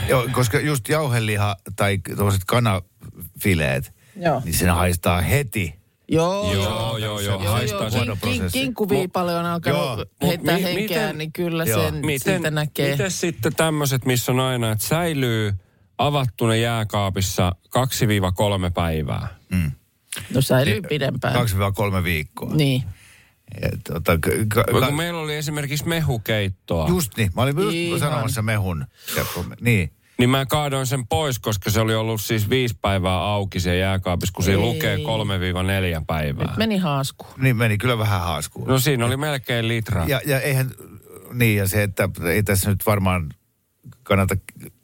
Joo, koska just jauheliha tai tuollaiset kanafileet, Joo. niin se haistaa heti. Joo, joo, joo, joo, joo, haistaa sen. Huono Kin, kin, prosessi. kinkkuviipale on Joo, alkanut mut heittää mi- henkeä, miten- niin kyllä Joo. sen siitä näkee. Miten sitten tämmöiset, missä on aina, että säilyy avattuna jääkaapissa 2-3 päivää? No säilyy pidempään. 2-3 viikkoa. Niin. Niin. Tota, k- ka- Voi ka- Kun meillä oli esimerkiksi mehukeittoa, Just. Just niin. Mä olin just Ihan. sanomassa mehun. Ja kun- Niin. niin mä kaadoin sen pois, koska se oli ollut siis viisi päivää auki se jääkaapissa, kun siinä Ei. lukee 3-4 päivää. Meni haaskuun. Niin meni kyllä vähän haaskuun. No siinä oli melkein litra. Ja, ja eihän, niin ja se, että ei tässä nyt varmaan kannata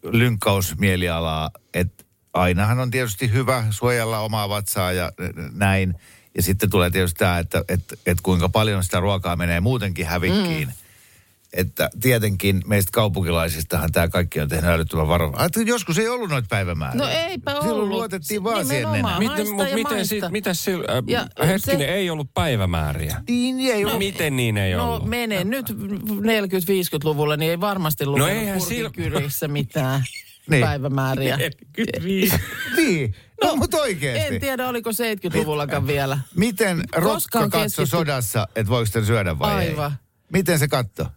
lynkkausmielialaa, että ainahan on tietysti hyvä suojella omaa vatsaa ja näin. Ja sitten tulee tietysti tämä, että, että, että kuinka paljon sitä ruokaa menee muutenkin hävikkiin. Mm. Että tietenkin meistä kaupunkilaisistahan tämä kaikki on tehnyt älyttömän varovaisesti. Ajattelin, Joskus ei ollut noita päivämääriä. No eipä ollut. Silloin luotettiin vaan siihen Nimenomaan. nenään. Haista Miten, mut ja miten, maista. sit, mitä sillä, äh, Ja hetkinen, se- ei ollut päivämääriä. Niin ei No, ollut. miten niin ei No ollut? mene nyt 40-50-luvulla, niin ei varmasti lukenut no eihän sillä- purkikyrissä mitään Niin. päivämääriä. 45. Niin, no, mutta oikeasti. En tiedä, oliko 70-luvullakaan vielä. Miten rokka Koskaan katsoi keskitty- sodassa, että voiko sen syödä vai Aivan. ei? Miten se katto?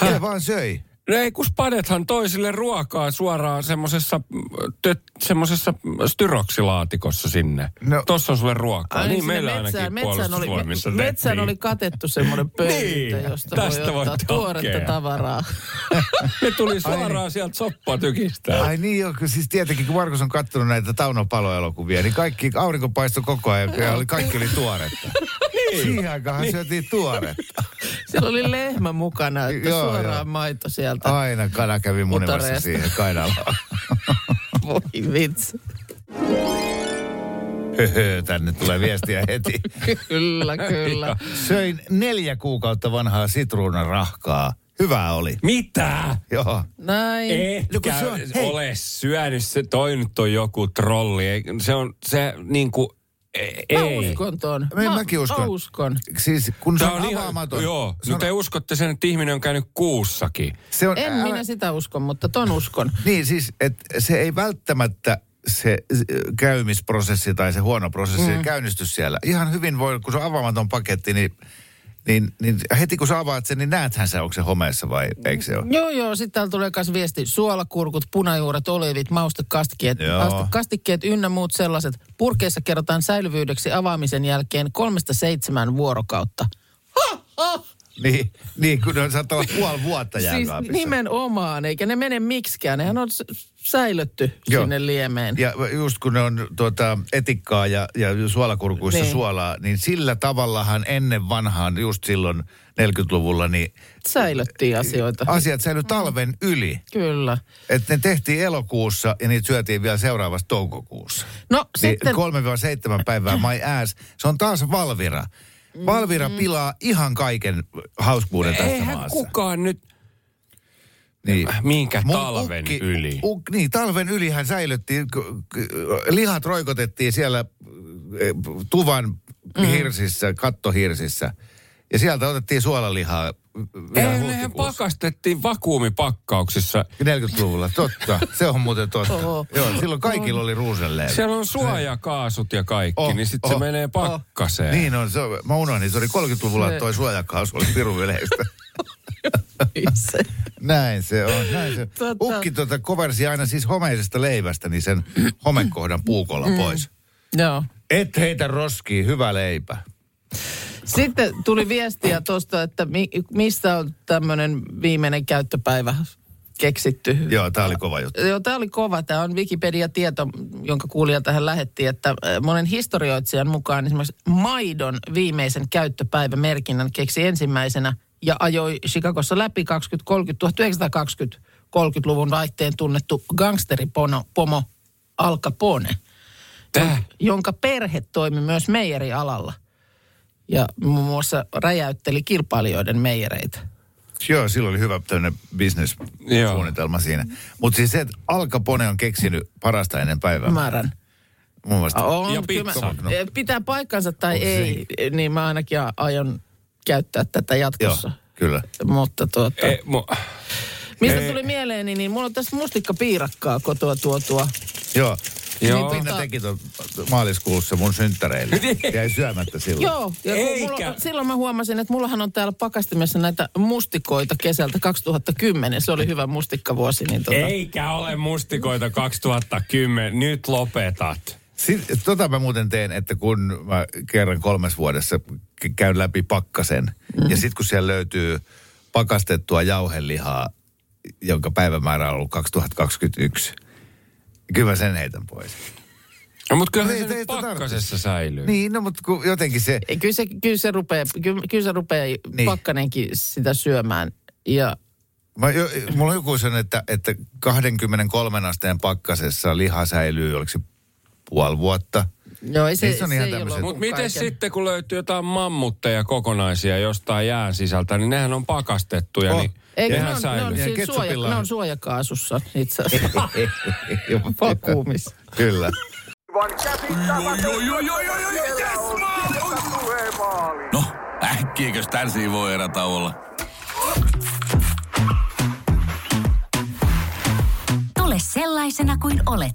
Se vaan söi. No ei, kun spadethan toisille ruokaa suoraan semmosessa, mm, tö- semmosessa mm, styroksilaatikossa sinne. No. No. Tossa on sulle ruokaa. Ai, niin sinne meillä ainakin metsään oli, puolustusvoimissa. me- tehtiin. metsään oli katettu semmoinen pöytä, Niin, josta tästä voi ottaa voitte tuoretta hakea. tavaraa. Ne tuli suoraan sieltä soppaa tykistää. Ai niin, joo, kun siis tietenkin kun Markus on kattonut näitä Taunon paloelokuvia, niin kaikki aurinko paistoi koko ajan ja oli, kaikki oli tuoretta. Niin. Siihen aikaan niin. syötiin tuoretta. Siellä oli lehmä mukana, että Joo, suoraan joo. maito sieltä. Aina kana kävi munimassa Utareesta. siihen kainalaan. Voi vitsi. Höhö, tänne tulee viestiä heti. Kyllä, kyllä. Söin neljä kuukautta vanhaa sitruunan rahkaa. Hyvää oli. Mitä? Joo. Näin. No Etkä kun se on- no, hei. ole syönyt, se toi nyt on joku trolli. Ei- Se on se niinku, e- Mä ei. uskon ton. Mä- Mä, mäkin uskon. Mä uskon. Siis kun se Tää on, avaamaton. joo, se on, nyt te uskotte sen, että ihminen on käynyt kuussakin. se on En älä- minä sitä uskon, mutta ton uskon. Niin siis, että se ei välttämättä se se, käymisprosessi tai se huono prosessi mm. käynnistys siellä. Ihan hyvin voi, kun se on avaamaton paketti, niin, niin, niin heti kun sä avaat sen, niin näethän sä, onko se homeessa vai eikö se ole. Joo, joo. Sitten täällä tulee myös viesti. Suolakurkut, punajuuret, oliivit, maustekastikkeet, Joo. aste- kastikkeet ynnä muut sellaiset. Purkeissa kerrotaan säilyvyydeksi avaamisen jälkeen kolmesta seitsemän vuorokautta. Niin, niin kun ne saattaa olla puoli vuotta Siis jääkaapissa. nimenomaan, eikä ne mene miksikään. Nehän on s- säilötty Joo. sinne liemeen. Ja just kun ne on tuota, etikkaa ja, ja suolakurkuissa Niin. suolaa, niin sillä tavallahan ennen vanhaan, just silloin 40-luvulla, niin Säilöttiin asioita. asiat säilyi talven yli. Kyllä. Että ne tehtiin elokuussa ja niitä syötiin vielä seuraavassa toukokuussa. No Niin sitten... 3-7 päivää my ass. Se on taas Valvira. Valvira Mm. pilaa ihan kaiken hauskuuden tästä Eihän maassa. kukaan nyt, Niin. minkä Mun talven yli. U, niin, talven ylihän säilyttiin, k- k- lihat roikotettiin siellä eh, tuvan Mm. hirsissä, kattohirsissä. Ja sieltä otettiin suolalihaa vielä Ei, nehän huhtikuussa. pakastettiin vakuumipakkauksissa. 40-luvulla, totta. Se on muuten totta. Oho. Joo, silloin kaikilla oli ruusenleivä. Siellä on suojakaasut ja kaikki, Oh, oh, niin sitten oh, se menee pakkaseen. Niin on, se on, mä unohdin, se oli 30-luvulla, että Se- toi suojakaasu oli pirun yleistä. Näin se on, näin se on. Totta. Ukki tota koversi aina siis homeisesta leivästä, niin sen homekohdan puukolla Mm. pois. Joo. Et heitä roskiin, hyvä leipä. Sitten tuli viestiä tuosta, että mi, mistä on tämmöinen viimeinen käyttöpäivä keksitty. Joo, tää oli kova juttu. Joo, tämä oli kova. Tämä on Wikipedia-tieto, jonka kuulija tähän lähetti, että äh, monen historioitsijan mukaan esimerkiksi maidon viimeisen käyttöpäivämerkinnän keksi ensimmäisenä ja ajoi Chicagossa läpi 2030, 1920-30-luvun vaihteen tunnettu gangsteripomo pomo Al Capone, Täh? jonka perhe toimi myös meijerialalla ja muun muassa räjäytteli kilpailijoiden meijereitä. Joo, silloin oli hyvä tämmöinen bisnessuunnitelma siinä. Mutta siis se, että Al Capone on keksinyt parasta ennen päivää. Ymmärrän. Mun mielestä. On, Ja kyllä mä- pizzan. eh, Pitää paikkansa tai On se. ei, niin mä ainakin a- aion käyttää tätä Joo, jatkossa. kyllä. Mutta tuota, E, mo, mistä ei. tuli mieleeni, niin mulla on tässä mustikkapiirakkaa kotoa tuotua. Joo. Joo. Niin Pinna teki ton maaliskuussa mun synttäreille. Jäi syömättä silloin. Joo, ja kun Eikä. mulla, silloin mä huomasin, että mullahan on täällä pakastimessa näitä mustikoita kesältä 2010. Se oli hyvä mustikkavuosi, niin tota, eikä ole mustikoita 2010, nyt lopetat. Sitten, tota mä muuten teen, että kun mä kerran kolmes vuodessa k- käyn läpi pakkasen, mm. ja sitten kun siellä löytyy pakastettua jauhelihaa, jonka päivämäärä on ollut 2021, niin kyllä mä sen heitän pois. No, mutta kyllähän Ei, se ei nyt sitä tarvitse. pakkasessa säilyy. Niin, no mutta kun jotenkin se, ei, kyllä, se, kyllä se rupeaa, kyllä, kyllä se rupeaa Niin. niin. pakkanenkin sitä syömään. Ja mä, jo, mulla on joku sen, että, että 23 asteen pakkasessa liha säilyy, oliko se puoli vuotta? joo, ei se, Niin se on ihan ei ollut tämmöiset- mun Mutta miten kaiken. sitten, kun löytyy jotain mammutteja kokonaisia jostain jään sisältä, niin nehän on pakastettuja, Oh. niin Eikö ne nehän on, ne on, säilyy. Ja siinä ketsupilla suoja, on- ne on suojakaasussa itse asiassa. Vakuumissa. Kyllä. No, äkkiäkös tän voi erä olla? Tule sellaisena kuin olet,